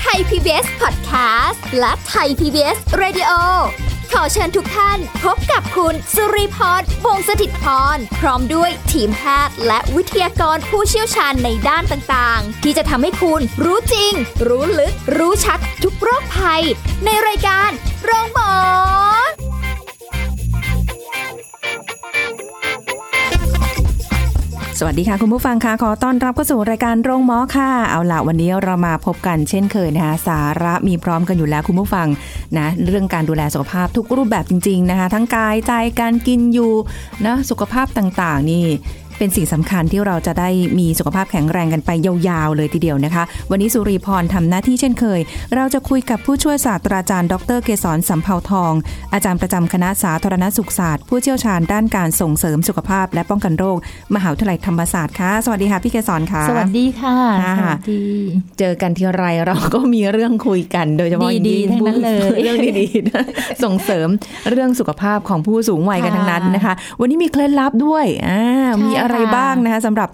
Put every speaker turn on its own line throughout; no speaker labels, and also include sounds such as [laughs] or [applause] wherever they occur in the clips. ไทย PBS Podcast และไทย PBS Radio ขอเชิญทุกท่านพบกับคุณ สุริพรวงศสถิตพร พร้อมด้วยทีมแพทย์และวิทยากรผู้เชี่ยวชาญในด้านต่างๆ ที่จะทำให้คุณรู้จริง รู้ลึก รู้ชัดทุกโรคภัย ในรายการโรงพยาบาล
สวัสดีค่ะ คุณผู้ฟังค่ะขอต้อนรับเข้าสู่รายการโรงหมอค่ะ เอาล่ะวันนี้เรามาพบกันเช่นเคยนะคะสาระมีพร้อมกันอยู่แล้วคุณผู้ฟังนะเรื่องการดูแลสุขภาพทุกรูปแบบจริง ๆนะคะ ทั้งกายใจการกินอยู่นะสุขภาพต่างๆ นี่ เป็นสิ่งสำคัญที่เราจะได้มีสุขภาพแข็งแรงกันไปยาวๆเลยทีเดียวนะคะ วันนี้สุริพรทำหน้าที่เช่นเคย เราจะคุยกับผู้ช่วยศาสตราจารย์ดรเกษรสัมเภาทอง อาจารย์ประจำคณะสาธารณสุขศาสตร์ ผู้เชี่ยวชาญด้านการส่งเสริมสุขภาพและป้องกันโรค มหาวิทยาลัยธรรมศาสตร์ค่ะ สวัสดีค่ะพี่เกษรค่ะ
สวัสดีค่ะ
ค่ะ
สวัสดี
เจอกันทีไรเราก็มีเรื่องคุยกันโดยเฉพาะ
ดีๆ
อ
ทั้งนั้นเลย
เรื่องดี [laughs] ๆนะส่งเสริมเรื่องสุขภาพของผู้สูงวัยกันทั้งนั้นนะคะ วันนี้มีเคล็ดลับด้วยอ่ามีอะไรบ้างนะคะสำหรับ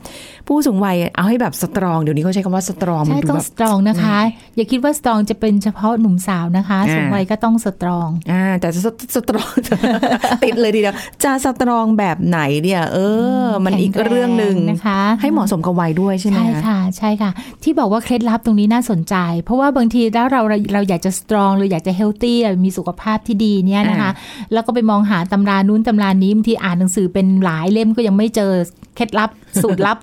ผู้สูงวัยเอาให้แบบสตรองเดี๋ยวนี้เขาใช้คำว่าสตรองมัน
ใช่
ดู
ต้อง
แบบ
สตรองนะคะ อย่าคิดว่าสตรองจะเป็นเฉพาะหนุ่มสาวนะคะ
อ่า
สูงวัยก็ต้องสตรอง
อ่าแต่สตสตรอง [laughs] ติดเลยทีเดียวจะสตรองแบบไหนเนี่ย เออ มันอีกเรื่องหนึ่ง
แข็งแรงนะคะ
ให้เหมาะสมกับวัยด้วยใช่ไหม
ใช่ค่ะ ใช่ค่ะ ที่บอกว่าเคล็ดลับตรงนี้น่าสนใจ เพราะว่าบางทีแล้วเราเราเราอยากจะสตรองเราอยากจะเฮลตี้มีสุขภาพที่ดีเนี่ยนะคะ แล้วก็ไปมองหาตำรานู้นตำรานี้บางทีอ่านหนังสือเป็นหลายเล่มก็ยังไม่เจอเคล็ดลับสูตรลั
[laughs]
บ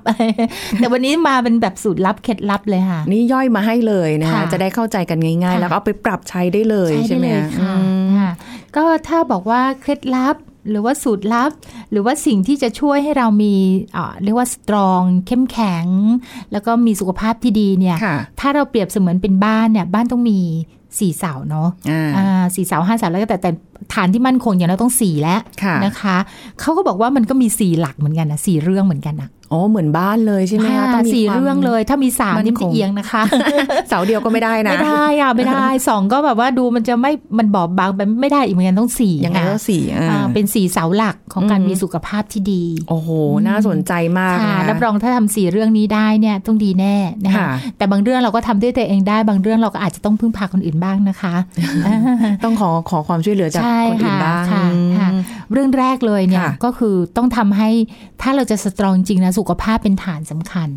แต่วันนี้มาเป็นแบบสูตรลับเคล็ดลับเลยค่ะ
นี่ย่อยมาให้เลยนะคะ
ค่ะ
จะได้เข้าใจกันง่าย ๆ
ค่ะ
แล้วก็เอาไปปรับใช้ได้เลยใช่ไหม
ด้เลยค่ะ
อืม
ค่ะก็ถ้าบอกว่าเคล็ดลับ หรือว่าสูตรลับ หรือว่าสิ่งที่จะช่วยให้เรามีเอ่อเรียกว่าสตรอง เข้มแข็ง แล้วก็มีสุขภาพที่ดีเนี่ย
ค่ะ
ถ้าเราเปรียบเสมือนเป็นบ้านเนี่ยบ้านต้องมีสี่เสาเนาะ
อ่า
อ่าสี่เสาห้าเสาแล้วก็แต่แต่ฐานที่มั่นคงอย่างเราต้องสี่แล้ว
ค่ะ
นะคะเขาก็บอกว่ามันก็มีสี่หลักเหมือนกันนะสี่เรื่องเหมือนกันนะ
อ๋อเหมือนบ้านเลยใช่ไหมคะ
อ่า
ต้องมี
สี่
ความ
เรื่องเลยถ้ามีสาม
มั่
นี่มัน
นคง
จะเอียงนะคะ
เสาเดียวก็ไม่ได้นะ
ไม่ได้อะ
[laughs]
ไม่ได้ สองก็แบบว่าดูมันจะไม่มันบอบบางไปไม่ได้อีกเหมือนกันต้องสี่
ยังไงก็
ค่ะ
สี่อ่า
อ่าเป็นสี่เสาหลักของการ
อืม
มีสุขภาพที่ดี
โอ้โห น่าสนใจมาก
ค่ะ
นะ
รับรองถ้าทำสี่เรื่องนี้ได้เนี่ยต้องดีแน่นะคะ
ค่ะ
แต่บางเรื่องเราก็ทำด้วยตัวเองได้บางเรื่องเราก็อาจจะต้องพึ่งพาคนอื่นบ้างนะคะ
ต้องขอขอความช่วยเหลือจาก
ใช่
คนอื่น
ค่ะ
บ้าง
ค่ะค่ะ เรื่องแรกเลยเนี่ย
ค่ะ
ก็คือต้องทำให้ถ้าเราจะสตรองจริงนะสุขภาพเป็นฐานสำคัญ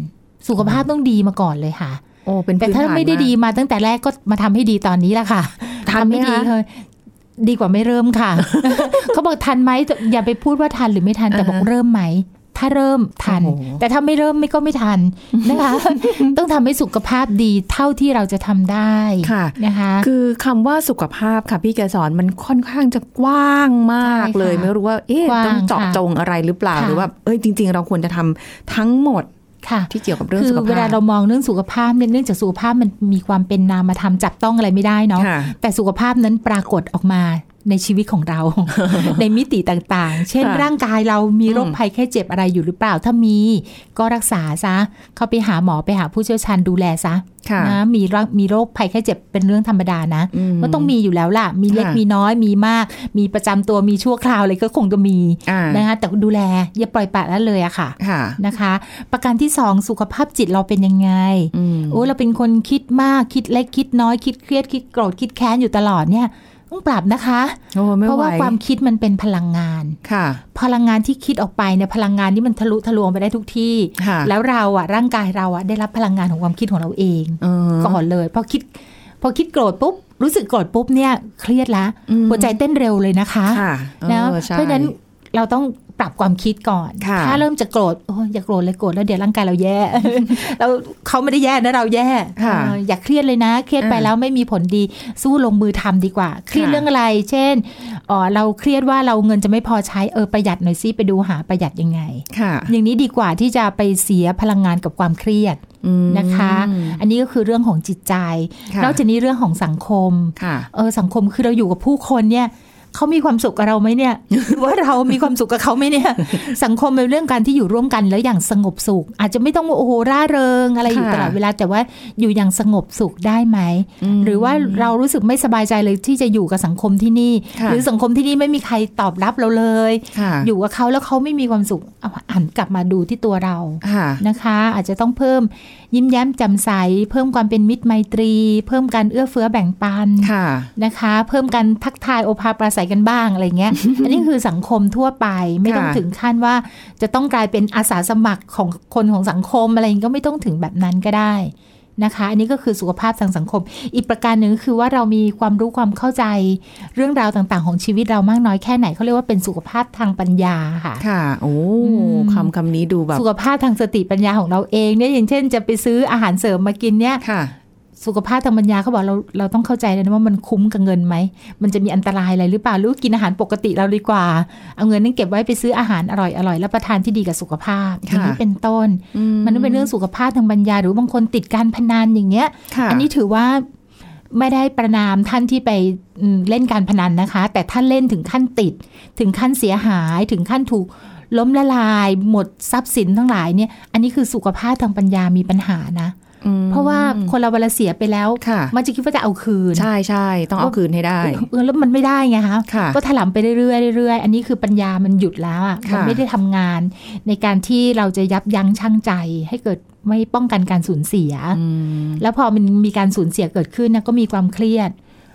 สุขภาพต้องดีมาก่อนเลยค่ะ
โอ้เป็น
แต่
พื้น
ถ้า
ฐน
ไม่ได้ดีมาตั้งแต่แรกก็มาทำให้ดีตอนนี้ละค่ะ
กทันไหม
ทำให้ดี
คะ
เลยดีกว่าไม่เริ่ม
[laughs]
ค่ะ เขาบอกทันไหมอย่าไปพูดว่าทันหรือไม่ทันแต่บอก
อ่าฮะ
เริ่มไหม ถ้าเริ่มทัน
โอ้โห
แต่ถ้าไม่เริ่มไม่ก็ไม่ทันนะคะ
[laughs]
ต้องทำให้สุขภาพดีเท่าที่เราจะทำได้
ค่ะ
นะคะ
คือคำว่าสุขภาพค่ะ พี่แกสอนมันค่อนข้างจะกว้างมาก
ใช่ค่ะ
เลย ไม่รู้ว่าเอ๊ะ
กว้าง
ต้องเจาะ
ค่ะ
จงอะไรหรือเปล่า
ค่ะ
หรือว่าเอ้ยจริง ๆ เราควรจะทำทั้งหมด
ค่ะ
ที่เกี่ยวกับเรื่อง
คื
สุ
อ
ข
เว
ภา
ลา
พ
เรามองเรื่องสุขภาพเนี่ยเนื่องจากสุขภาพมันมีความเป็นนามธรรมจับต้องอะไรไม่ได้เนาะ
ค่ะ
แต่สุขภาพนั้นปรากฏออกมาในชีวิตของ
[laughs]
เรา ในมิติต่างๆ เช่น
ค่ะ
ร่างกายเรามีโรค
อืม
ภัยแค่เจ็บอะไรอยู่หรือเปล่า ถ้ามี ก็รักษาซะ เข้าไปหาหมอไปหาผู้เชี่ยวชาญดูแลซะ
ค่ะ
นะมีร่างมีโรคภัยแค่เจ็บเป็นเรื่องธรรมดานะ
อื
ก็ต้องมีอยู่แล้วล่ะ มีเล็ก
ค่ะ
มีน้อยมีมาก มีประจำตัวมีชั่วคราวอะไรก็คงจะมี
อ่า
นะคะแต่ดูแลอย่าปล่อยปละละเลยอะค่ะ
ค่ะ
นะคะ ประการที่สองสุขภาพจิตเราเป็นยังไง
อืม
โอ้เราเป็นคนคิดมากคิดเล็กคิดน้อยคิดเครียดคิดโกรธคิดแค้นอยู่ตลอดเนี่ยต้องปรับนะคะ
โอ้ไม่
เพราะ
ไหว
ว่าความคิดมันเป็นพลังงาน
ค่ะ
พลังงานที่คิดออกไปเนี่ยพลังงานนี่มันทะลุทะลวงไปได้ทุกที่
ค่ะ
แล้วเราอะร่างกายเราอะได้รับพลังงานของความคิดของเราเอง
เออ
ก่อนเลยพอคิดพอคิดโกรธปุ๊บรู้สึกโกรธปุ๊บเนี่ยเครียดละ
อืม
หัวใจเต้นเร็วเลยนะคะ
ค่ะ
นะ
ออใช่
เพราะฉะนั้นเราต้องปรับความคิดก่อน
ค่ะ
ถ้าเริ่มจะโกรธโอ้ยอย่าโกรธเลยโกรธแล้วเดี๋ยวร่างกายเราแย่ [laughs] แล้วเขาไม่ได้แย่นะเราแย่
ค่ะ
เอออย่าเครียดเลยนะ เครียดไป
อ่า
แล้วไม่มีผลดีสู้ลงมือทำดีกว่า เครียด
ค่ะ
เรื่องอะไร เช่นเอ่อเราเครียดว่าเราเงินจะไม่พอใช้เออประหยัดหน่อยซิไปดูหาประหยัดยังไง
ค่ะ
อย่างนี้ดีกว่าที่จะไปเสียพลังงานกับความเครียด
อืม
นะคะ อันนี้ก็คือเรื่องของจิตใจ
ค่ะ
นอกจากนี้เรื่องของสังคม
ค่ะ
เออสังคมคือเราอยู่กับผู้คนเนี่ย เขามีความสุขกับเราไหมเนี่ย [laughs] หรือว่าเรามีความสุขกับเขาไหม
[laughs]
เนี่ย สังคมเป็นเรื่องการที่อยู่ร่วมกันแล้วอย่างสงบสุข อาจจะไม่ต้องว่าโอ้โหร่าเริง อะไรอยู่
ค่ะ
ตลอดเวลาแต่ว่าอยู่อย่างสงบสุขได้ไหม หรือว่าเรารู้สึกไม่สบายใจเลยที่จะอยู่กับสังคมที่นี่
ค่ะ
หรือสังคมที่นี่ไม่มีใครตอบรับเราเลย
ค่ะ
อยู่กับเขาแล้วเขาไม่มีความสุขเอาหันกลับมาดูที่ตัวเรา
ค่ะ
นะคะ อาจจะต้องเพิ่มยิ้มแย้มแจ่มใส เพิ่มความเป็นมิตรไมตรี เพิ่มการเอื้อเฟื้อแบ่งปัน
ค่ะ
นะคะ เพิ่มการทักทายโอภาปราศัยกันบ้างอะไรเงี้ย อันนี้คือสังคมทั่วไปไม่ต้อง
ค่ะ
ถึงขั้นว่าจะต้องกลายเป็นอาสาสมัครของคนของสังคมอะไรอย่างงี้ก็ไม่ต้องถึงแบบนั้นก็ได้นะคะ อันนี้ก็คือสุขภาพทางสังคม อีกประการหนึ่งก็คือว่าเรามีความรู้ความเข้าใจ เรื่องราวต่างๆ ของชีวิตเรามากน้อยแค่ไหนเขาเรียกว่าเป็นสุขภาพทางปัญญาค่ะ
ค่ะ โอ้
อืม
คำคำนี้ดูแบบ
สุขภาพทางสติปัญญาของเราเองเนี่ยอย่างเช่น จะไปซื้ออาหารเสริมมากินเนี่ย
ค่ะ
สุขภาพทางปัญญาเขาบอกเราเราต้องเข้าใจเลยนะว่ามันคุ้มกับเงินไหม มันจะมีอันตรายอะไรหรือเปล่าหรือกินอาหารปกติเราดีกว่า เอาเงินนั้นเก็บไว้ไปซื้ออาหารอร่อยอร่อยรับประทานที่ดีกับสุขภาพอย่างนี้
ค่ะ
เป็นต้น มันต้องเป็นเรื่องสุขภาพทางปัญญา หรือบางคนติดการพนันอย่างเงี้ย
ค่ะ
อันนี้ถือว่าไม่ได้ประนามท่านที่ไปอืมเล่นการพนันนะคะ แต่ท่านเล่นถึงขั้นติด ถึงขั้นเสียหาย ถึงขั้นถูกล้มละลาย หมดทรัพย์สินทั้งหลายเนี่ย อันนี้คือสุขภาพทางปัญญามีปัญหานะ
อืม
เพราะว่าคนเราเวลาเสียไปแล้ว
ค่ะ
มันจะคิดว่าจะเอาคืน
ใช่ใช่ต้องเอาคืนให้ได้
เออแล้วมันไม่ได้ไงคะ
ค่ะ
ก็ถลำไปเรื่อยๆเรื่อยๆอันนี้คือปัญญามันหยุดแล้วอ่ะ
ค่ะ
มันไม่ได้ทำงาน ในการที่เราจะยับยั้งชั่งใจ ให้เกิดไม่ป้องกันการสูญเสีย
อืม
แล้วพอมันมีการสูญเสียเกิดขึ้นนะก็มีความเครียด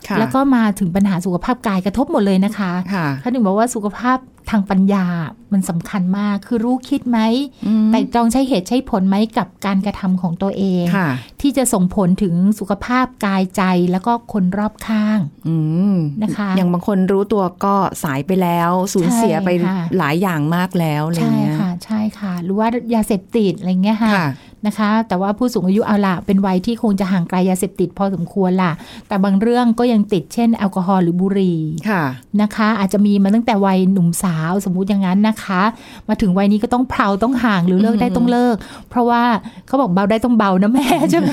ค่ะ
แล้วก็มาถึงปัญหาสุขภาพกายกระทบหมดเลยนะคะ
ค่ะ
เขาถึงบอกว่าสุขภาพทางปัญญามันสำคัญมากคือรู้คิดไหม
อืม
แต่ตรองใช้เหตุใช้ผลไหมกับการกระทำของตัวเอง
ค่ะ
ที่จะส่งผลถึงสุขภาพกายใจแล้วก็คนรอบข้าง
อืม
นะคะ
อย่างบางคนรู้ตัวก็สายไปแล้วสูญเสียไป
ใช่ค่ะ
หลายอย่างมากแล้วอะไรอ
ใช่
ย่างเงี้ย
ค่ะ ใช่ค่ะ หรือว่ายาเสพติดอะไรเงี้ยค่ะ
ค่ะ
นะคะ แต่ว่าผู้สูงอายุเอาละเป็นวัยที่คงจะห่างไกลยาเสพติดพอสมควรล่ะ แต่บางเรื่องก็ยังติดเช่นแอลกอฮอล์หรือบุหรี่
ค่ะ
นะคะ อาจจะมีมาตั้งแต่วัยหนุ่มสาวสมมุติอย่างนั้นนะคะ มาถึงวัยนี้ก็ต้องเพลาต้องห่างหรือเลิกได้ต้องเลิก เพราะว่าเขาบอกเบาได้ต้องเบานะแม่ [laughs] ใช่ไหม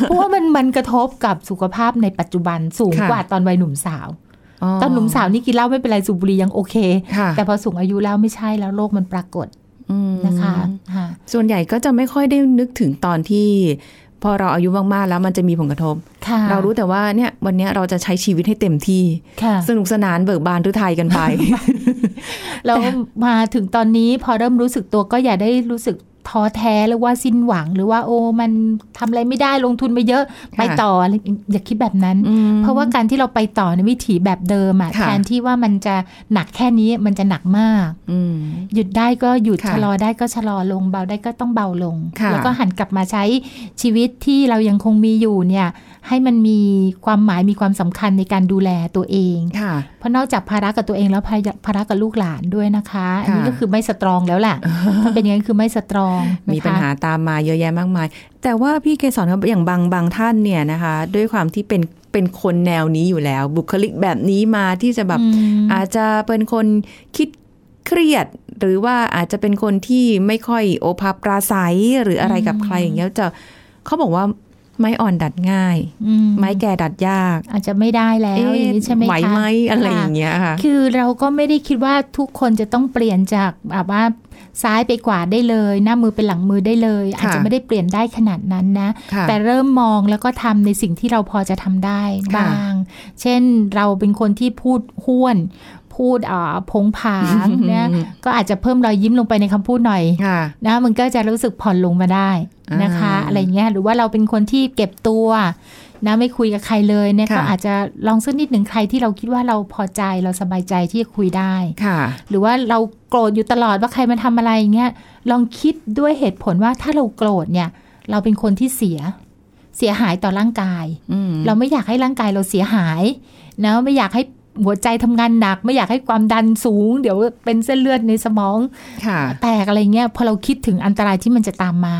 เพราะว่ามันมันกระทบกับสุขภาพในปัจจุบันสูง
ค่ะ
กว่าตอนวัยหนุ่มสาว ตอนหนุ่มสาวนี่กินเหล้าไม่เป็นไรสูบบุหรี่ยังโอเค
ค่ะ
แต่พอสูงอายุแล้วไม่ใช่แล้วโรคมันปรากฏ
อืม
นะคะค่ะ
ส่วนใหญ่ก็จะไม่ค่อยได้นึกถึงตอนที่ พอเราอายุมากๆแล้วมันจะมีผลกระทบ
ค่ะ
เรารู้แต่ว่าเนี่ยวันเนี้ยเราจะใช้ชีวิตให้เต็มที่
ค่ะ
สนุกสนานเบิกบานหรือไทยกันไป
เรามาถึงตอนนี้พอเริ่มรู้สึกตัวก็อย่าได้รู้สึกท้อแท้หรือว่าสิ้นหวัง หรือว่าโอ้มันทำอะไรไม่ได้ลงทุนไปเยอะไปต่ออะไรอย่าคิดแบบนั้น เพราะว่าการที่เราไปต่อในวิถีแบบเดิมอะ
ค่ะ
แทนที่ว่ามันจะหนักแค่นี้มันจะหนักมาก
อืม
หยุดได้ก็หยุด
ค่ะ
ชะลอได้ก็ชะลอลงเบาได้ก็ต้องเบาลง
ค่ะ
แล้วก็หันกลับมาใช้ชีวิตที่เรายังคงมีอยู่เนี่ยให้มันมีความหมายมีความสำคัญในการดูแลตัวเอง
ค่ะ
เพราะนอกจากภาระกับตัวเองแล้วภาระภาระกับลูกหลานด้วยนะคะ อันนี้
ค่ะ
ก็คือไม่สตรองแล้วล่ะ ถ้าเป็นอย่างนั้นคือไม่สตรองนะคะ
มีปัญหาตามมาเยอะแยะมากมาย แต่ว่าพี่เกสรครับอย่างบางบางท่านเนี่ยนะคะ ด้วยความที่เป็นเป็นคนแนวนี้อยู่แล้ว บุคลิกแบบนี้มาที่จะแบบ
อืม
อาจจะเป็นคนคิดเครียด หรือว่าอาจจะเป็นคนที่ไม่ค่อยโอภาปราศัยหรืออะไรกับใครอย่างเงี้ยจะเขาบอกว่าไม้อ่อนดัดง่าย
อื
ไม้แก่ดัดยาก
อาจจะไม่ได้แล้ว
เอ๊ะ
อย่างนี้ใช่ไหมคะ
ไหวไหมอะไรอย่างเงี้ยค่ะ
คือเราก็ไม่ได้คิดว่าทุกคนจะต้องเปลี่ยนจากแบบว่าซ้ายไปขวาได้เลย หน้ามือเป็นหลังมือได้เลย อาจจะไม่ได้เปลี่ยนได้ขนาดนั้นนะ
ค่ะ
แต่เริ่มมองแล้วก็ทำในสิ่งที่เราพอจะทำได้
ค่ะ
บ้าง เช่นเราเป็นคนที่พูดห้วน พูดอ่าพงผาง
[laughs]
นะก็อาจจะเพิ่มรอยยิ้มลงไปในคำพูดหน่อย
ค่ะ
นะมันก็จะรู้สึกผ่อนลงมาได้นะคะ
อ่า
อะไรเงี้ยหรือว่าเราเป็นคนที่เก็บตัวนะไม่คุยกับใครเลยเนี่ย
ค่ะ
ก็อาจจะลองสักนิดหนึ่งใครที่เราคิดว่าเราพอใจเราสบายใจที่จะคุยได้
ค่ะ
หรือว่าเราโกรธอยู่ตลอดว่าใครมาทำอะไรอย่างเงี้ยลองคิดด้วยเหตุผลว่าถ้าเราโกรธเนี่ย เราเป็นคนที่เสีย เสียหายต่อร่างกาย
อืม
เราไม่อยากให้ร่างกายเราเสียหายนะไม่อยากให้หัวใจทำงานหนัก ไม่อยากให้ความดันสูง เดี๋ยวเป็นเส้นเลือดในสมอง
ค่ะ
แตกอะไรเงี้ยพอเราคิดถึงอันตรายที่มันจะตามมา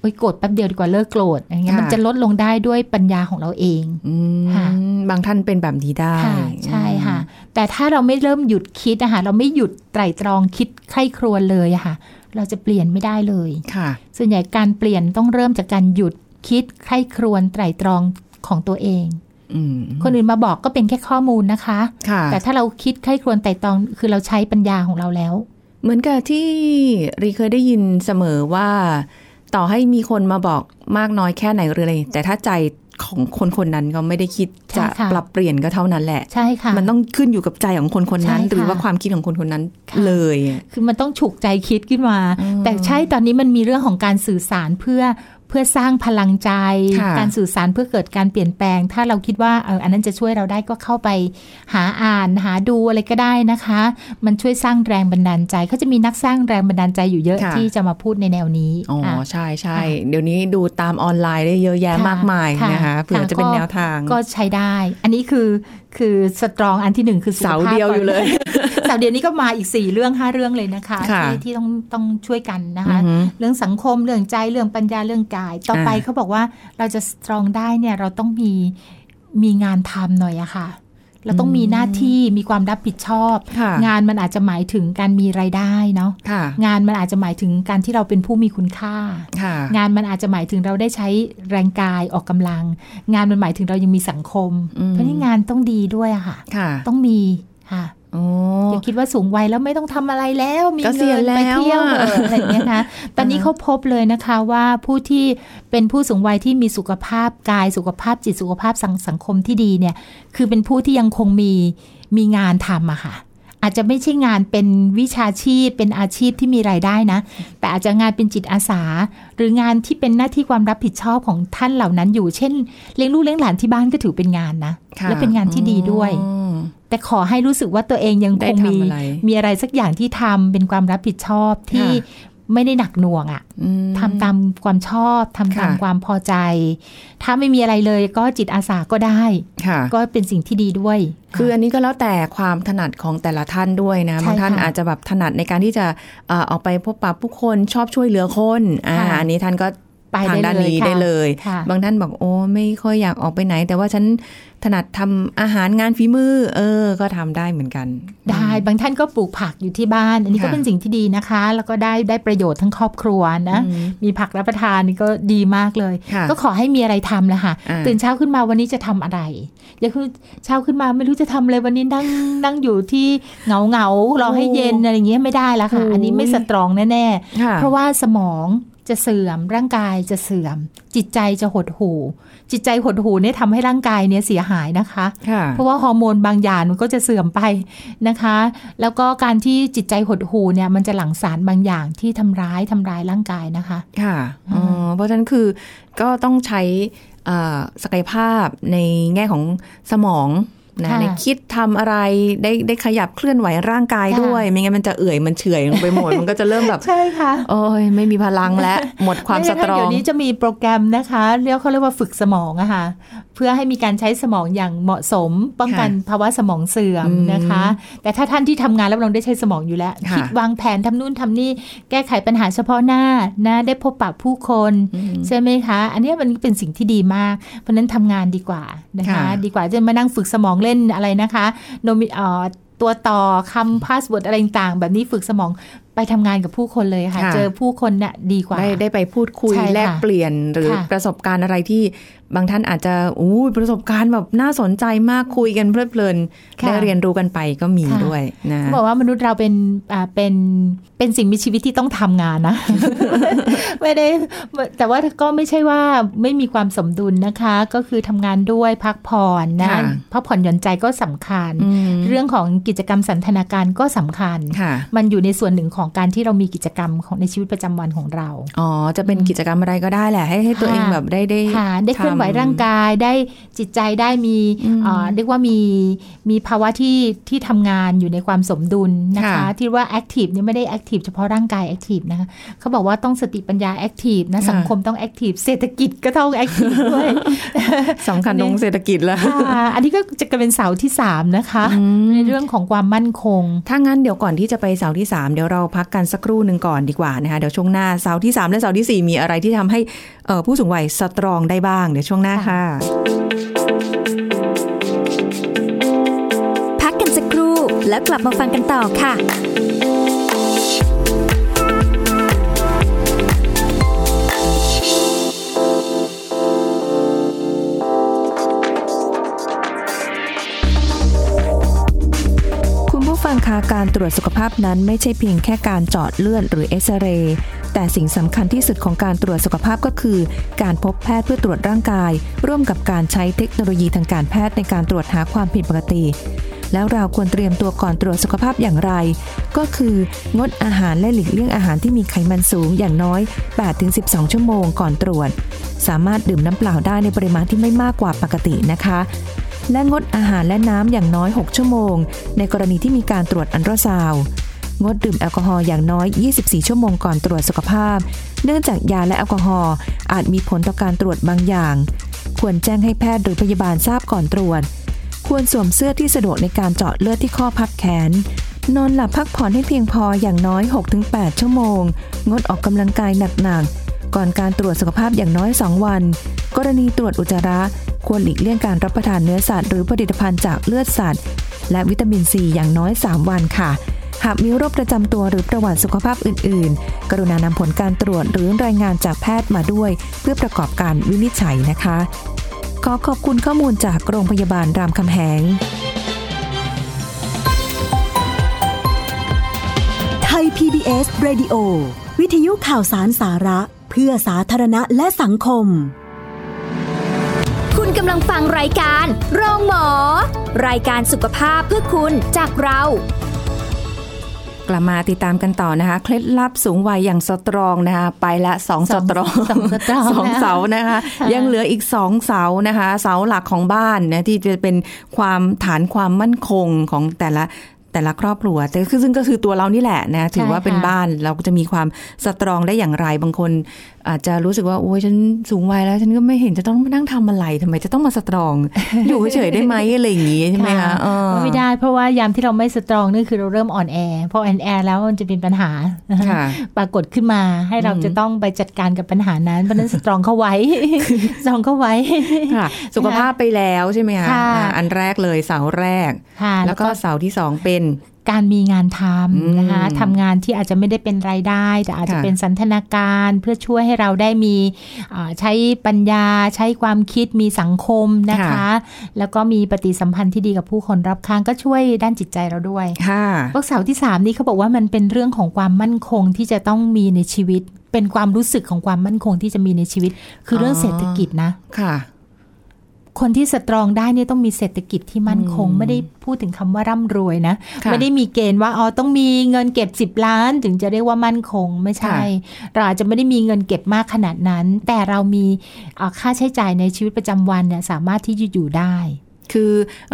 โอ้ยโกรธแป๊บเดียวดีกว่าเลิกโกรธอย่างเงี้ย
ค่ะ
มันจะลดลงได้ด้วยปัญญาของเราเอง
อืม
ค่ะ
บางท่านเป็นแบบนี้ได้
ค่ะใช่ค่ะ แต่ถ้าเราไม่เริ่มหยุดคิดนะคะเราไม่หยุดไตร่ตรองคิดใคร่ครวญเลยอะค่ะ เราจะเปลี่ยนไม่ได้เลย
ค่ะ
ส่วนใหญ่การเปลี่ยนต้องเริ่มจากการหยุดคิดใคร่ครวญไตร่ตรองของตัวเอง
อืม
คนอื่นมาบอกก็เป็นแค่ข้อมูลนะคะ
ค่ะ
แต่ถ้าเราคิดใคร่ครวญไตร่ตรองคือเราใช้ปัญญาของเราแล้ว
เหมือนกับที่รีเคยได้ยินเสมอว่า ต่อให้มีคนมาบอกมากน้อยแค่ไหนหรืออะไร แต่ถ้าใจของคนคนนั้นก็ไม่ได้คิด
ใช่
จะ
ค่ะ
ปรับเปลี่ยนก็เท่านั้นแหละ
ใช่ค่ะ
มันต้องขึ้นอยู่กับใจของคนคนนั้น
ใช่ค่ะ
หรือว่าความคิดของคนคนนั้น
ค่ะ
เลยอะ
คือมันต้องฉุกใจคิดขึ้นมา
อืม
แต่ใช่ตอนนี้มันมีเรื่องของการสื่อสารเพื่อเพื่อสร้างพลังใจ
ค่ะ
การสื่อสารเพื่อเกิดการเปลี่ยนแปลง ถ้าเราคิดว่าเอออันนั้นจะช่วยเราได้ก็เข้าไปหาอ่านหาดูอะไรก็ได้นะคะ มันช่วยสร้างแรงบันดาลใจเขาจะมีนักสร้างแรงบันดาลใจอยู่เยอะที่จะมาพูดในแนวนี้
อ๋ออะ ใช่ใช่
ค่ะ
เดี๋ยวนี้ดูตามออนไลน์ได้เยอะแยะ
ค่ะ
มากมาย
ค่ะ
นะคะเผื่อ
ค่ะ
จะเป็น
ก็
แนวทาง
ก็ใช้ได้ อันนี้คือคือสตรองอันที่หนึ่งคือข
เสา
ภพ
เดียว
ก่
อยู่เลย
เสาเดียวนี้ก็ [laughs] มาอีกสี่เรื่องห้าเรื่องเลยนะคะ
ค่ะ
ที่ที่ต้องต้องช่วยกันนะคะ
อือหือ
เรื่องสังคมเรื่องใจเรื่องปัญญาเรื่องกาย ต่อไป
อ่า
เขาบอกว่าเราจะสตรองได้เนี่ยเราต้องมีมีงานทำหน่อยอะค่ะ เราต้องมีหน้าที่มีความรับผิดชอบ
ค่ะ
งานมันอาจจะหมายถึงการมีรายได้เนาะ
ค่ะ
งานมันอาจจะหมายถึงการที่เราเป็นผู้มีคุณค่า
ค่ะ
งานมันอาจจะหมายถึงเราได้ใช้แรงกายออกกำลัง งานมันหมายถึงเรายังมีสังคม
อืม
เพราะนี่งานต้องดีด้วยอะค่ะ
ค่ะ
ต้องมีค่ะ
โอ้
อย่าคิดว่าสูงวัยแล้วไม่ต้องทำอะไรแล้ว มี
เกษีย
เงิ
ณ
นไปเที่ยว
แล้วอะ
เถอะอะไรอย่างเงี้ยนะ
[laughs]
ตอนนี้เขาพบเลยนะคะว่าผู้ที่เป็นผู้สูงวัยที่มีสุขภาพกายสุขภาพจิตสุขภาพสังสังคมที่ดีเนี่ย คือเป็นผู้ที่ยังคงมีมีงานทำอะค่ะ อาจจะไม่ใช่งานเป็นวิชาชีพเป็นอาชีพที่มีรายได้นะ แต่อาจจะงานเป็นจิตอาสา หรืองานที่เป็นหน้าที่ความรับผิดชอบของท่านเหล่านั้นอยู่ เช่นเลี้ยงลูกเลี้ยงหลานที่บ้านก็ถือเป็นงานนะ
ค่ะ
และเป็นงานที่ดีด้วย
อืม
แต่ขอให้รู้สึกว่าตัวเองยัง
ได้
คงมี
ทำอะไร
มีอะไรสักอย่างที่ทำเป็นความรับผิดชอบที่
ค่ะ
ไม่ได้หนักหน่วงอะ่ะ
อื
ทำตามความชอบทำตาม
ค่ะ
ความพอใจ ถ้าไม่มีอะไรเลยก็จิตอาสาก็ได้
ค่ะ
ก็เป็นสิ่งที่ดีด้วย
คืออันนี้ก็แล้วแต่ความถนัดของแต่ละท่านด้วยนะ
ใช่
บางท่าน
ค่ะ
อาจจะแบบถนัดในการที่จะเอ่อออกไปพบปะผู้คนชอบช่วยเหลือคนอ่า
ค่ะ
อันนี้ท่านก็
ไป
ทางด้านนี้
ค่ะ
ได้เลย
ค่ะ
บางท่านบอกโอ้ไม่ค่อยอยากออกไปไหน แต่ว่าฉันถนัดทำอาหารงานฝีมือ เออ ก็ทำได้เหมือนกัน
ได้บางท่านก็ปลูกผักอยู่ที่บ้าน อันนี้ก็
ค่ะ
เป็นสิ่งที่ดีนะคะ แล้วก็ได้ได้ประโยชน์ทั้งครอบครัวนะ
อืม
มีผักรับประทานนี่ก็ดีมากเลย
ค่ะ
ก็ขอให้มีอะไรทำแหละค่ะ
อ่า
ตื่นเช้าขึ้นมาวันนี้จะทำอะไรอย่าคือเช้าขึ้นมาไม่รู้จะทำอะไรวันนี้นั่ง นั่งอยู่ที่เหงาเหงาๆรอให้เย็นอะไรอย่างเงี้ยไม่ได้แล้วค่ะ อันนี้ไม่สตรองแน่
ค่ะ
ๆ เพราะว่าสมองจะเสื่อมร่างกายจะเสื่อม จิตใจจะหดหู่ จิตใจหดหู่เนี่ยทำให้ร่างกายเนี่ยเสียหายนะคะ
ค่ะ
เพราะว่าฮอร์โมนบางอย่างมันก็จะเสื่อมไปนะคะ แล้วก็การที่จิตใจหดหู่เนี่ยมันจะหลั่งสารบางอย่างที่ทำร้ายทำร้ายร่างกายนะคะ
ค่ะอ๋อเพราะฉะนั้นคือก็ต้องใช้เอ่อศักยภาพในแง่ของสมองนะ
ค่ะ
ในคิดทำอะไรได้ได้ขยับเคลื่อนไหวร่างกาย
ค่ะ
ด้วย ไม่งั้นมันจะเอื่อยมันเฉื่อยลงไปหมด มันก็จะเริ่มแบบ
ใช่ค่ะ
[laughs] โอ้ยไม่มีพลังและหมดความสตรอ
เดี๋
ง
ยวนี้จะมีโปรแกรมนะคะเรียกเขาเรียกว่าฝึกสมองอะค่ะเพื่อให้มีการใช้สมองอย่างเหมาะสม ป้องกันภาวะสมองเสื่อม
อืม
นะคะ แต่ถ้าท่านที่ทำงานแล้วเราได้ใช้สมองอยู่แล้ว
ค่ะ
คิดวางแผนทำนู่นทำนี่แก้ไขปัญหาเฉพาะหน้านะได้พบปะผู้คน
อืม
ใช่ไหมคะ อันเนี้ยมันเป็นสิ่งที่ดีมาก เพราะฉะนั้นทำงานดีกว่านะคะ
ค่ะ
ดีกว่าจะมานั่งฝึกสมองเล่นอะไรนะคะโนมิเอ่อตัวต่อคำพาสเวิร์ดอะไรต่างๆแบบนี้ฝึกสมองไปทำงานกับผู้คนเลยค่ะ
ค่ะ
เจอผู้คนน่ะดีกว่า
ได้ได้ไปพูดคุย
ใช่ค่ะ
แลกเปลี่ยนหรือ
ค่ะ
ประสบการณ์อะไรที่บางท่านอาจจะอู้ยประสบการณ์แบบน่าสนใจมากคุยกันเพลิดเพลินได้เรียนรู้กันไปก็มีด้วยนะ
เขาบอกว่ามนุษย์เราเป็นอ่าเป็นเป็นสิ่งมีชีวิตที่ต้องทำงานนะ [laughs] ไม่ได้แต่ว่าก็ไม่ใช่ว่าไม่มีความสมดุลนะคะ ก็คือทำงานด้วยพักผ่อนนะ
ค่ะ
พักผ่อนหย่อนใจก็สำคัญ
อืม
เรื่องของกิจกรรมสันทนาการก็สำคัญ
ค่ะ
มันอยู่ในส่วนหนึ่งของการที่เรามีกิจกรรมของในชีวิตประจำวันของเรา
อ๋อ จะเป็นกิจกรรมอะไรก็ได้แหละ ให้ให้ตัวเอง
ค่ะ
แบบได้ได้
ค่ะได้เคลื่อนไหว
ทำ
ร่างกายได้จิตใจได้มี
อืม
เอ่อเรียกว่ามีมีภาวะที่ที่ทำงานอยู่ในความสมดุลนะคะ
ค่ะ
ที่ว่าแอคทีฟเนี่ยไม่ได้แอคทีฟเฉพาะร่างกายแอคทีฟนะคะเขาบอกว่าต้องสติปัญญาแอคทีฟนะ
ค่ะ
สังคมต้องแอคทีฟเศรษฐกิจก็ต้องแอคทีฟด้วย
[laughs] สำคัญ
อั
ต
นนี้
รงเศรษฐกิจแล้ว
ค่ะอันนี้ก็จะเป็นเสาที่สามนะคะ ในเรื่องของความมั่นคง
ถ้างั้นเดี๋ยวก่อนที่จะไปเสาร์ที่ 3 เดี๋ยวเราพักกันสักครู่หนึ่งก่อนดีกว่านะคะ เดี๋ยวช่วงหน้าเสาร์ที่ 3 และเสาร์ที่ 4 มีอะไรที่ทำให้เอ่อผู้สูงวัยสตรองได้บ้าง เดี๋ยวช่วงหน้าค่ะ
พักกันสักครู่แล้วกลับมาฟังกันต่อค่ะ
Thank
ตรวจสุขภาพนั้นไม่ใช่เพียงแค่การเจาะเลือดหรือเอ็กซเรย์แต่สิ่งสำคัญที่สุดของการตรวจสุขภาพก็คือ การพบแพทย์เพื่อตรวจร่างกาย ร่วมกับการใช้เทคโนโลยีทางการแพทย์ในการตรวจหาความผิดปกติ แล้วเราควรเตรียมตัวก่อนตรวจสุขภาพอย่างไร ก็คืองดอาหารและหลีกเลี่ยงอาหารที่มีไขมันสูงอย่างน้อย 8-12 ชั่วโมงก่อนตรวจ สามารถดื่มน้ำเปล่าได้ในปริมาณที่ไม่มากกว่าปกตินะคะ และงดอาหารและน้ำอย่างน้อย 6 ชั่วโมง ในกรณีที่มีการตรวจอันตราซาวด์งดดื่มแอลกอฮอล์อย่างน้อย 24 ชั่วโมงก่อนตรวจสุขภาพ เนื่องจากยาและแอลกอฮอล์อาจมีผลต่อการตรวจบางอย่าง ควรแจ้งให้แพทย์หรือพยาบาลทราบก่อนตรวจ ควรสวมเสื้อที่สะดวกในการเจาะเลือดที่ข้อพับแขน นอนหลับพักผ่อนให้เพียงพออย่างน้อย 6-8 ชั่วโมง งดออกกำลังกายหนักๆ ก่อนการตรวจสุขภาพอย่างน้อย 2 วัน กรณีตรวจอุจจาระ ควรหลีกเลี่ยงการรับประทานเนื้อสัตว์หรือผลิตภัณฑ์จากเลือดสัตว์ และวิตามินซีอย่างน้อย 3 วันค่ะ หากมีโรคประจำตัวหรือประวัติสุขภาพอื่น ๆ กรุณานำผลการตรวจหรือรายงานจากแพทย์มาด้วย เพื่อประกอบการวินิจฉัยนะคะ ขอขอบคุณข้อมูลจากโรงพยาบาลรามคำแหง
ไทย PBS Radio วิทยุข่าวสารสาระ เพื่อสาธารณะและสังคม
คุณกำลังฟังรายการโรงหมอ รายการสุขภาพเพื่อคุณจากเรา
กลับมาติดตามกันต่อนะคะ เคล็ดลับสูงวัยอย่างสตรองนะคะ ไปละสองส
สอง
ตรอง
สองสตรอง
สองเสานะคะ
ค่ะ
ยังเหลืออีกสองเสานะคะ เสาหลักของบ้านนะที่จะเป็นความฐานความมั่นคงของแต่ละแต่ละครอบครัวแต่คือซึ่งก็คือตัวเรานี่แหละนะถือว่าเป็นบ้านเราก็จะมีความสตรองได้อย่างไรบางคน อาจจะรู้สึกว่าโอ้ยฉันสูงวัยแล้ว ฉันก็ไม่เห็นจะต้องมานั่งทำอะไรทำไมจะต้องมาสตรอง [laughs] อยู่เฉยๆได้ไหมอะไรอย่างงี้ใช่ไหมคะเออ
ไม่ได้เพราะว่ายามที่เราไม่สตรองนี่คือเราเริ่มอ่อนแอพออ่อนแอแล้วมันจะเป็นปัญหา
ค่ะ
ปรากฏขึ้นมาให้เราจะต้องไปจัดการกับปัญหานั้นเพราะฉะนั้นสตรองเข้าไว้ [laughs] สตรองเข้าไว้
ค่ะสุขภาพไปแล้วใช่ไหมคะ
ค่ะ
อ่าอันแรกเลยเสาแรก
ค่ะ
แล้วก็เสาที่สองเป็น
การมีงานทำนะคะ
อืม
ทำงานที่อาจจะไม่ได้เป็นรายได้ แต่อาจจะ
ค่ะ
เป็นสันทนาการเพื่อช่วยให้เราได้มีเอ่อใช้ปัญญา ใช้ความคิดมีสังคมนะคะ
ค่ะ
แล้วก็มีปฏิสัมพันธ์ที่ดีกับผู้คนรอบข้างก็ช่วยด้านจิตใจเราด้วย
ค่ะ
พวกเสาที่สามนี่เขาบอกว่ามันเป็นเรื่องของความมั่นคงที่จะต้องมีในชีวิต เป็นความรู้สึกของความมั่นคงที่จะมีในชีวิต คือเรื่องเศรษฐกิจนะ
ค่ะ
คนที่สตรองได้เนี่ยต้องมีเศรษฐกิจที่มั่นคง
อืม
ไม่ได้พูดถึงคำว่าร่ำรวยนะ
ค่ะ
ไม่ได้มีเกณฑ์ว่าอ๋อต้องมีเงินเก็บ 10 ล้านถึงจะเรียกว่ามั่นคงไม่ใช่
ค่ะ
เราอาจจะไม่ได้มีเงินเก็บมากขนาดนั้น แต่เรามีเอ่อค่าใช้จ่ายในชีวิตประจำวันเนี่ยสามารถที่จะอยู่ได้
คือ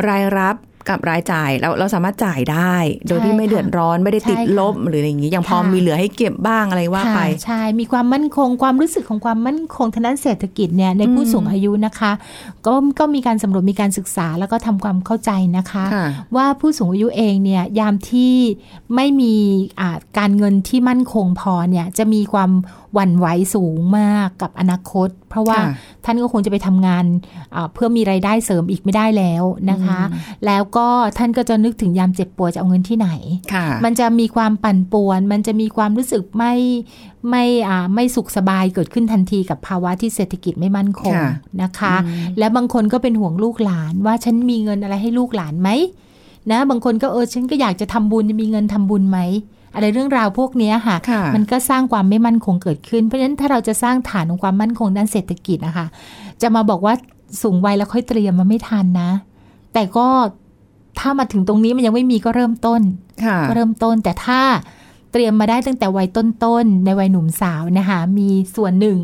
รายรับกับรายจ่ายเราเราสามารถจ่ายได้ โดยที่ไม่เดือดร้อนไม่ได้ติด
ใช่ค่ะ
ลบหรืออะไรอย่างนี้ยังพอ
ค่ะ
มีเหลือให้เก็บบ้างอะไรว่าไป
ค่ะใช่มีความมั่นคงความรู้สึกของความมั่นคงทางด้านเศรษฐกิจเนี่ยในผู้สูงอายุนะคะ ก็ก็มีการสำรวจมีการศึกษาแล้วก็ทำความเข้าใจนะคะ
ค่ะ
ว่าผู้สูงอายุเองเนี่ยยามที่ไม่มีอ่าการเงินที่มั่นคงพอเนี่ยจะมีความหวั่นไหวสูงมากกับอนาคต เพราะว่า
ค่ะ
ท่านก็คงจะไปทำงานอ่าเพื่อมีไรายได้เสริมอีกไม่ได้แล้วนะคะ แล้วก็ท่านก็จะนึกถึงยามเจ็บป่วยจะเอาเงินที่ไหน
ค่ะ
มันจะมีความปั่นป่วน มันจะมีความรู้สึกไม่ไม่อ่าไม่สุขสบายเกิดขึ้นทันทีกับภาวะที่เศรษฐกิจไม่มั่นคง
ค่ะ
นะคะ และบางคนก็เป็นห่วงลูกหลาน ว่าฉันมีเงินอะไรให้ลูกหลานไหมนะบางคนก็เออฉันก็อยากจะทำบุญจะมีเงินทำบุญไหมอะไรเรื่องราวพวกเนี้ยค่ะ
ค่ะ
มันก็สร้างความไม่มั่นคงเกิดขึ้น เพราะฉะนั้นถ้าเราจะสร้างฐานของความมั่นคงด้านเศรษฐกิจนะคะ จะมาบอกว่าสูงวัยแล้วค่อยเตรียมมันไม่ทันนะ แต่ก็ถ้ามาถึงตรงนี้มันยังไม่มีก็เริ่มต้น
ค่ะ
ก็เริ่มต้นแต่ถ้าเตรียมมาได้ตั้งแต่วัยต้นๆในวัยหนุ่มสาวนะคะมีส่วนหนึ่ง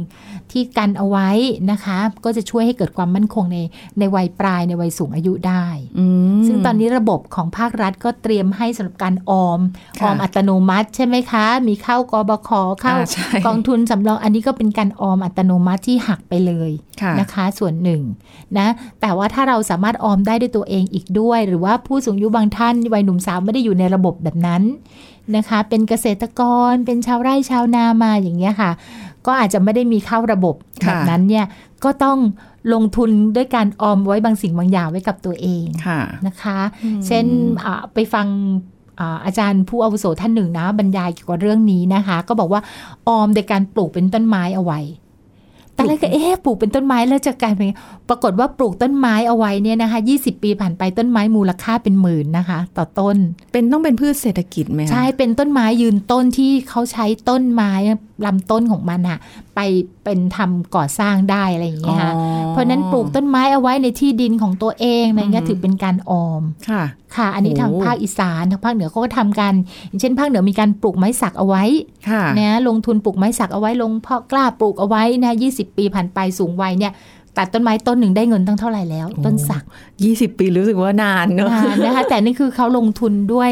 ที่กันเอาไว้นะคะ ก็จะช่วยให้เกิดความมั่นคงในในวัยปลายในวัยสูงอายุได้
อืม
ซึ่งตอนนี้ระบบของภาครัฐก็เตรียมให้สำหรับการออม
ค่ะ
ออมอัตโนมัติใช่ไหมคะ มีเข้ากบขเข้า
อ่าใช่
กองทุนสำรองอันนี้ก็เป็นการออมอัตโนมัติที่หักไปเลย
ค่ะ
นะคะส่วนหนึ่งนะแต่ว่าถ้าเราสามารถออมได้ด้วยตัวเองอีกด้วย หรือว่าผู้สูงอายุบางท่านวัยหนุ่มสาวไม่ได้อยู่ในระบบแบบนั้นนะคะ เป็นเกษตรกรเป็นชาวไร่ชาวนามาอย่างเงี้ยค่ะ ก็อาจจะไม่ได้มีเข้าระบบ
ค่ะ
แบบนั้นเนี่ยก็ต้องลงทุนด้วยการออมไว้บางสิ่งบางอย่างไว้กับตัวเอง
ค่ะ
นะคะ เช่นอ่าไปฟังอ่าอาจารย์ผู้อาวุโสท่านหนึ่งนะ บรรยายเกี่ยวกับเรื่องนี้นะคะ ก็บอกว่าออมในการปลูกเป็นต้นไม้เอาไว้ แต่แรกก็เอ๊ะปลูกเป็นต้นไม้แล้วจะกลายเป็นไง ปรากฏว่าปลูกต้นไม้เอาไว้เนี่ยนะคะ20 ปีผ่านไปต้นไม้มูลค่าเป็นหมื่นนะคะ ต่อต้น
เป็นต้องเป็นพืชเศรษฐกิจไหมคะ
ใช่ เป็นต้นไม้ยืนต้นที่เขาใช้ต้นไม้ลำต้นของมันอะไปเป็นทำก่อสร้างได้อะไรอย่างเงี้ยค่ะ
อ๋อ
เพราะฉะนั้นปลูกต้นไม้เอาไว้ในที่ดินของตัวเองอะไรเงี้ย
อือหือ
ถือเป็นการออม
ค่ะ
ค่ะ อันนี้
โอ้
ทางภาคอีสานทางภาคเหนือเขาก็ทำกันอย่างเช่นภาคเหนือมีการปลูกไม้สักเอาไว้
ค่ะ
นะลงทุนปลูกไม้สักเอาไว้ลงเพาะกล้าปลูกเอาไว้นะยีปีผ่านไปสูงวัยเนี่ยตัดต้นไม้ต้นหนึ่งได้เงินตั้งเท่าไหร่แล้ว
โอ้
ต้นสัก
[laughs] ยี่สิบปีรู้สึกว่านานเนอะ
นานนะคะแต่นี่คือเขาลงทุนด้วย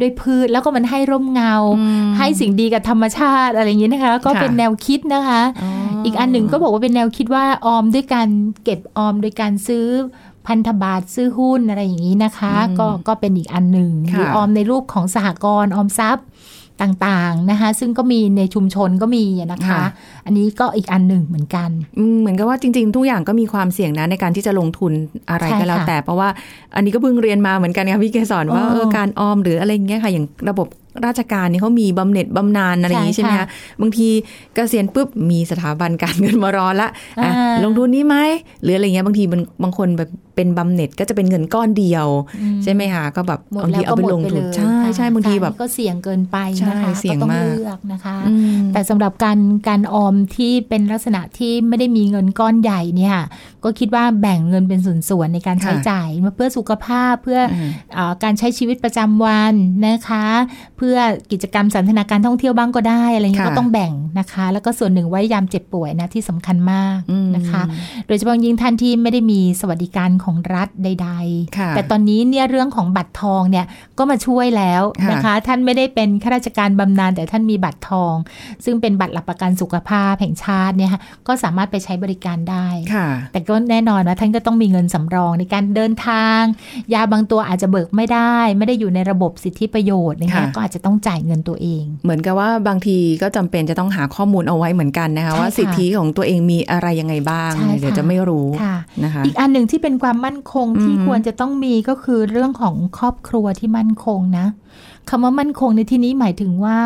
ด้วยพืชแล้วก็มันให้ร่มเงา ให้สิ่งดีกับธรรมชาติอะไรอย่างนี้นะคะ ก็
ค่ะ
เป็นแนวคิดนะคะ อีกอันหนึ่งก็บอกว่าเป็นแนวคิดว่าออมด้วยการเก็บออมโดยการซื้อพันธบัตรซื้อหุ้นอะไรอย่างนี้นะคะ
อืม
ก็ก็เป็นอีกอันหนึ่ง
ค่ะ
หรือออมในรูปของสหกรณ์ออมทรัพย์ต่างๆนะคะ ซึ่งก็มีในชุมชนก็มีนะคะ อันนี้ก็อีกอันหนึ่งเหมือนกัน
อืมเหมือนกับว่าจริง ๆ ทุกอย่างก็มีความเสี่ยงนะในการที่จะลงทุนอะไร
ใช่
ก็แล้ว
ค่ะ
แต่เพราะว่าอันนี้ก็เพิ่งเรียนมาเหมือนกันค่ะพี่เกษรว่า
อ๋อ
เออการออมหรืออะไรอย่างเงี้ยค่ะ อย่างระบบราชการนี่เขามีบำเหน็จบำนาญอะไรอย่างงี้
ใช่
ใช่ไหม
ค่ะ
คะบางทีเกษียณปุ๊บมีสถาบันการเงินมารอละอ่ะ
อ่า
ลงทุนนี้ไหมหรืออะไรเงี้ยบางทีมันบางคนแบบเป็นบำเหน็จก็จะเป็นเงินก้อนเดียว
อืม
ใช่ไหมคะก็แบบ
หมด
บาง
แล้
ที
ว
เอา
ก็
ไป
หมด
ลง
ไป
ทุ
เล
น
ย
ใช่ใช่บางทีแบบ
ก็เสี่ยงเกินไป
ใช่
นะคะ
เสี่ยง
ก็ต้อง
มาก
เลือกนะคะ
อืม
แต่สำหรับการการออมที่เป็นลักษณะที่ไม่ได้มีเงินก้อนใหญ่เนี่ย ก็คิดว่าแบ่งเงินเป็นส่วนๆในการใช้
ค่ะ
จ่ายมาเพื่อสุขภาพเพื่อ
อืม
เอ่อการใช้ชีวิตประจำวันนะคะ เพื่อกิจกรรมสันทนาการท่องเที่ยวบ้างก็ได้อะไรเงี้ย
ค่ะ
ก็ต้องแบ่งนะคะ แล้วก็ส่วนหนึ่งไว้ยามเจ็บป่วยนะที่สำคัญมาก
อืม
นะคะ โดยเฉพาะยิ่งท่านที่ไม่ได้มีสวัสดิการของรัฐใด
ค่ะ
ๆ แต่ตอนนี้เนี่ยเรื่องของบัตรทองเนี่ยก็มาช่วยแล้วนะคะ ท่านไม่ได้เป็นข้าราชการบำนาญแต่ท่านมีบัตรทอง ซึ่งเป็นบัตรหลักประกันสุขภาพแห่งชาติเนี่ยค่ะก็สามารถไปใช้บริการได้
ค่ะ
แต่ก็แน่นอนว่าท่านก็ต้องมีเงินสำรองในการเดินทาง ยาบางตัวอาจจะเบิกไม่ได้ ไม่ได้อยู่ในระบบสิทธิประโยชน์นะคะ
ค่ะ
ก็อาจจะต้องจ่ายเงินตัวเอง
เหมือนกับว่าบางทีก็จำเป็นจะต้องหาข้อมูลเอาไว้เหมือนกันนะคะ
ใช่
ว่าสิทธิของตัวเองมีอะไรยังไงบ้าง
ใช่ค่ะ
เดี๋ยวจะไม่รู้
ค่ะ
นะคะ
อีกอันหนึ่งที่เป็นความมั่นคงที่
อืม
ควรจะต้องมีก็คือเรื่องของครอบครัวที่มั่นคงนะคำว่ามั่นคงในที่นี้หมายถึงว่า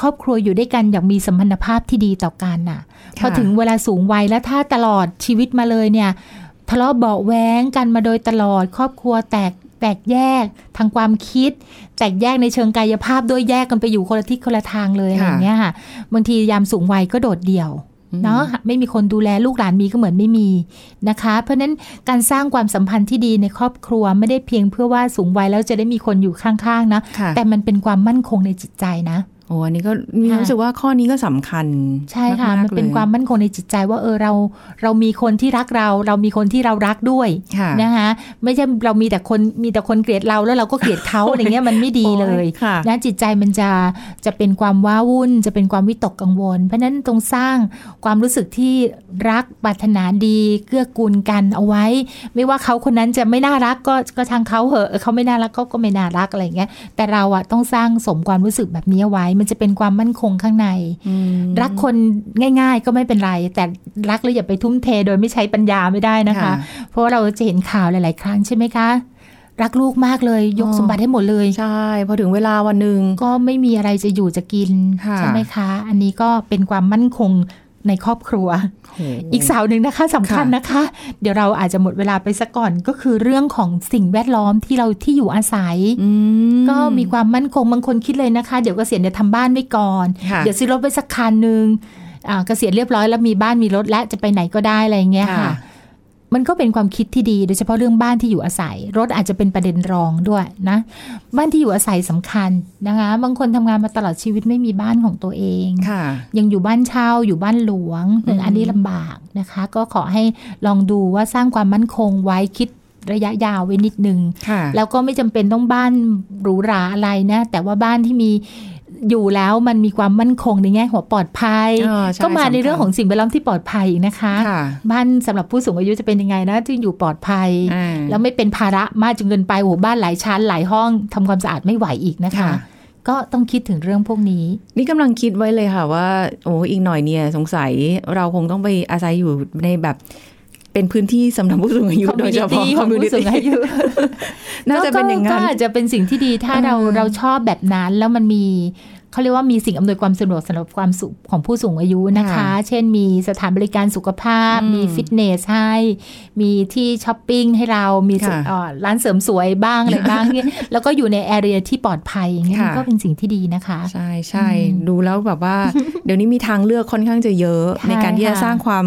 ครอบครัวอยู่ด้วยกันอย่างมีสัมพันธภาพที่ดีต่อกันน่ะ พอถึงเวลาสูงวัยแล้วถ้าตลอดชีวิตมาเลยเนี่ย ทะเลาะเบาะแว้งกันมาโดยตลอด ครอบครัวแตกแตกแยก ทางความคิด แตกแยกในเชิงกายภาพด้วยแยกกันไปอยู่คนละทิศคนละทางเลยอะไร
ค่ะ
อย่างเงี้ยค่ะบางทียามสูงวัยก็โดดเดี่ยว เนาะไม่มีคนดูแลลูกหลานมีก็เหมือนไม่มีนะคะ เพราะฉะนั้นการสร้างความสัมพันธ์ที่ดีในครอบครัวไม่ได้เพียงเพื่อว่าสูงวัยแล้วจะได้มีคนอยู่ข้างๆนะ
ค่ะ
แต่มันเป็นความมั่นคงในจิตใจนะ
โอ้อันนี้ก็มี
ค่ะ
รู้สึกว่าข้อนี้ก็สำคัญ
ใช่ค่ะ
กๆ
มันเป็น
ลย
ความมั่นคงในจิตใจว่าเออเรา เรามีคนที่รักเรา เรามีคนที่เรารักด้วย
ค่ะ
นะคะไม่ใช่เรามีแต่คนมีแต่คนเกลียดเราแล้วเราก็เกลียด
[laughs]
เขา อะไรเงี้ยมันไม่ดีเลย
โอ้ค่ะ
นะจิตใจมันจะจะเป็นความว้าวุ่น จะเป็นความวิตกกังวล เพราะฉะนั้นตรงสร้างความรู้สึกที่รักปรารถนาดีเกื้อกูลกันเอาไว้ ไม่ว่าเขาคนนั้นจะไม่น่ารักก็ก็ทางเขาเหอะเออเขาไม่น่ารักเขาก็ไม่น่ารักอะไรเงี้ยแต่เราอะต้องสร้างสมความรู้สึกแบบนี้เอาไว้ มันจะเป็นความมั่นคงข้างใน รักคนง่ายๆก็ไม่เป็นไร แต่รักแล้วอย่าไปทุ่มเทโดยไม่ใช้ปัญญาไม่ได้นะคะ
ค่ะ
เพราะว่าเราจะเห็นข่าวหลายๆ ครั้งใช่ไหมคะ รักลูกมากเลยยก
อ๋อ
สมบัติให้หมดเลย
ใช่ พอถึงเวลาวันหนึ่ง
ก็ไม่มีอะไรจะอยู่จะกิน
ค่ะ
ใช่ไหมคะ อันนี้ก็เป็นความมั่นคงในครอบครัว
โโห
อีกเสาวหนึ่งนะคะสำคัญ
ค่ะ
นะคะ เดี๋ยวเราอาจจะหมดเวลาไปซะก่อนก็คือเรื่องของสิ่งแวดล้อมที่เราที่อยู่อาศัย
อืม
ก็มีความมั่นคงบางคนคิดเลยนะคะ เดี๋ยวเกษียณเดี๋ยวทำบ้านไว้ก่อน
ค่ะ
เดี๋ยวซื้อรถไว้สักคันหนึ่งอ่าเกษียณเรียบร้อยแล้วมีบ้านมีรถและจะไปไหนก็ได้อะไรอย่างเงี้ย
ค่ะ
ค่ะ มันก็เป็นความคิดที่ดีโดยเฉพาะเรื่องบ้านที่อยู่อาศัย รถอาจจะเป็นประเด็นรองด้วยนะบ้านที่อยู่อาศัยสำคัญนะคะบางคนทำงานมาตลอดชีวิตไม่มีบ้านของตัวเอง
ค่ะ
ยังอยู่บ้านเช่าอยู่บ้านหลวง
อืม
อันนี้ลำบากนะคะ ก็ขอให้ลองดูว่าสร้างความมั่นคงไว้คิดระยะยาวไว้นิดนึง
ค่ะ
แล้วก็ไม่จำเป็นต้องบ้านหรูหราอะไรนะ แต่ว่าบ้านที่มีอยู่แล้วมันมีความมั่นคงในแง่หัวปลอดภัย
เออใช่
ก็มา
สำคัญ
ในเรื่องของสิ่งแวดล้อมที่ปลอดภัยอีกนะคะ
ค่ะ
บ้านสำหรับผู้สูงอายุจะเป็นยังไงนะที่อยู่ปลอดภัย
อ่า
แล้วไม่เป็นภาระมากจนเกินไปโอ้โหบ้านหลายชั้นหลายห้องทำความสะอาดไม่ไหวอีกนะคะ
ค่ะ
ก็ต้องคิดถึงเรื่องพวกนี้
นี่กำลังคิดไว้เลยค่ะว่า โอ้อีกหน่อยเนี่ย สงสัยเราคงต้องไปอาศัยอยู่ในแบบ เป็นพื้นที่สำหรับผู้สูงอายุ โดยเฉพาะ
Community ของผู้สูงอายุ
น่าจะเป็นอย่างนั้
ก็
น
ก็อาจจะเป็นสิ่งที่ดีถ้าเรา
อืม
เราชอบแบบนั้นแล้วมันมีเขาเรียกว่ามีสิ่งอำนวยความสะดวกสำหรับความสุขของผู้สูงอายุนะคะ เช่นมีสถานบริการสุขภาพ มีฟิตเนสให้ มีที่ช้อปปิ้งให้เรา มี
ค่ะ
เอ่อร้านเสริมสวยบ้างอะไรบ้างเนี่ยแล้วก็อยู่ในแอเรียที่ปลอดภัยอย่างเงี้ยมัน
ค่ะ
ก็เป็นสิ่งที่ดีนะคะ
ใช่ใช่ดูแล้วแบบว่า [laughs] เดี๋ยวนี้มีทางเลือกค่อนข้างจะเยอะ
ใช่
ในการที่จะ
ค่ะ
สร้างความ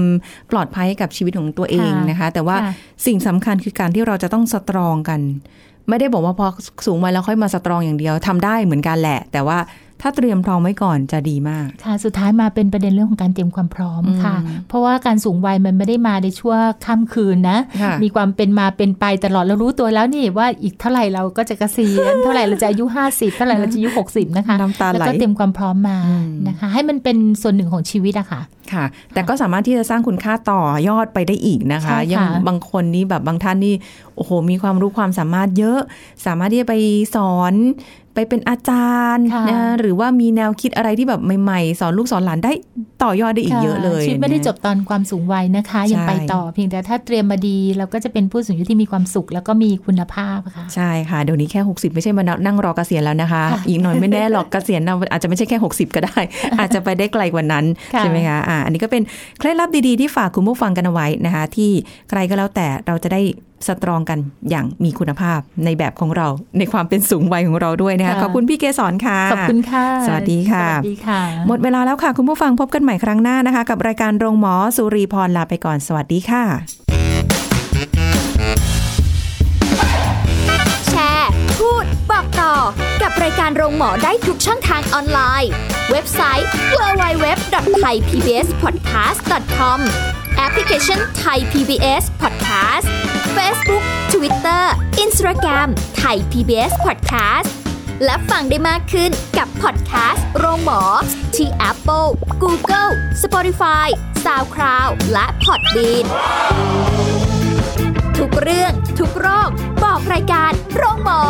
ปลอดภัยให้กับชีวิตของตัวเอง
ค่ะ
นะคะ แต่ว่า
ค่ะ
สิ่งสำคัญคือการที่เราจะต้องสตรองกัน ไม่ได้บอกว่าพอสูงวัยแล้วค่อยมาสตรองอย่างเดียวทำได้เหมือนกันแหละ แต่ว่าถ้าเตรียมพร้อมไว้ก่อนจะดีมาก
ค่ะสุดท้ายมาเป็นประเด็นเรื่องของการเตรียมความพร้อมค่ะ เพราะว่าการสูงวัยมันไม่ได้มาในชั่วข้ามคืนนะ
ค่ะ
มีความเป็นมาเป็นไปตลอดเรารู้ตัวแล้วนี่ว่าอีกเท่าไหร่เราก็จะเกษียณ [laughs] เท่าไหร่เราจะอายุ 50 เท่าไหร่เราจะอายุ 60 นะคะ
น้ำตา
แล้
ไหล
วก็เตรียมความพร้อมมา
อืม
นะคะ ให้มันเป็นส่วนหนึ่งของชีวิตอะค่ะ
ค่ะ แต่ก็สามารถที่จะสร้างคุณค่าต่อยอดไปได้อีกนะคะ
ใช่ค่ะ
ยังบางคนนี่แบบบางท่านนี่โอ้โห มีความรู้ความสามารถเยอะ สามารถที่จะไปสอนไปเป็นอาจารย์
ค่ะ
นะหรือว่ามีแนวคิดอะไรที่แบบใหม่ๆ สอนลูกสอนหลานได้ต่อยอดได้อีกเยอะเลย
ชีวิตไม่ได้
นะ
จบตอนความสูงวัยนะคะ ยัง
ใช่
ไปต่อเพียงแต่ถ้าเตรียมมาดี เราก็จะเป็นผู้สูงอายุที่มีความสุขแล้วก็มีคุณภาพอะค่ะ
ใช่ค่ะ เดี๋ยวนี้แค่ 60 ไม่ใช่มานั่งรอเกษียณแล้วนะคะ
ค่ะ
อีกหน่อยไม่แน่หรอกเกษียณนะอาจจะไม่ใช่แค่ 60 ก็ได้ อาจจะไปได้ไกลกว่านั้น ใช่ไหมคะอ่าอันนี้ก็เป็นเคล็ดลับดีๆ ที่ฝากคุณผู้ฟังกันเอาไว้นะคะ ที่ใครก็แล้วแต่เราจะได้สตรองกันอย่างมีคุณภาพในแบบของเราในความเป็นสูงวัยของเราด้วยนะคะ
ค่ะ
ขอบคุณพี่เกสรค่ะ
ขอบคุณค่ะ
สวัสดีค่ะ
สวัสดีค่ะ
หมดเวลาแล้วค่ะ คุณผู้ฟังพบกันใหม่ครั้งหน้านะคะ กับรายการโรงหมอสุรีพรลาไปก่อนสวัสดีค่ะ
แชร์ พูด บอกต่อ กับรายการโรงหมอได้ทุกช่องทางออนไลน์ เว็บไซต์ www.thaipbspodcast.com แอปพลิเคชัน Thai PBS Podcast Facebook Twitter Instagram Thai PBS Podcast และฟังได้มากขึ้นกับพอดแคสต์โรงหมอ ที่ Apple, Google, Spotify, SoundCloud และ Podbean ทุกเรื่องทุกโรค บอกรายการโรงหมอ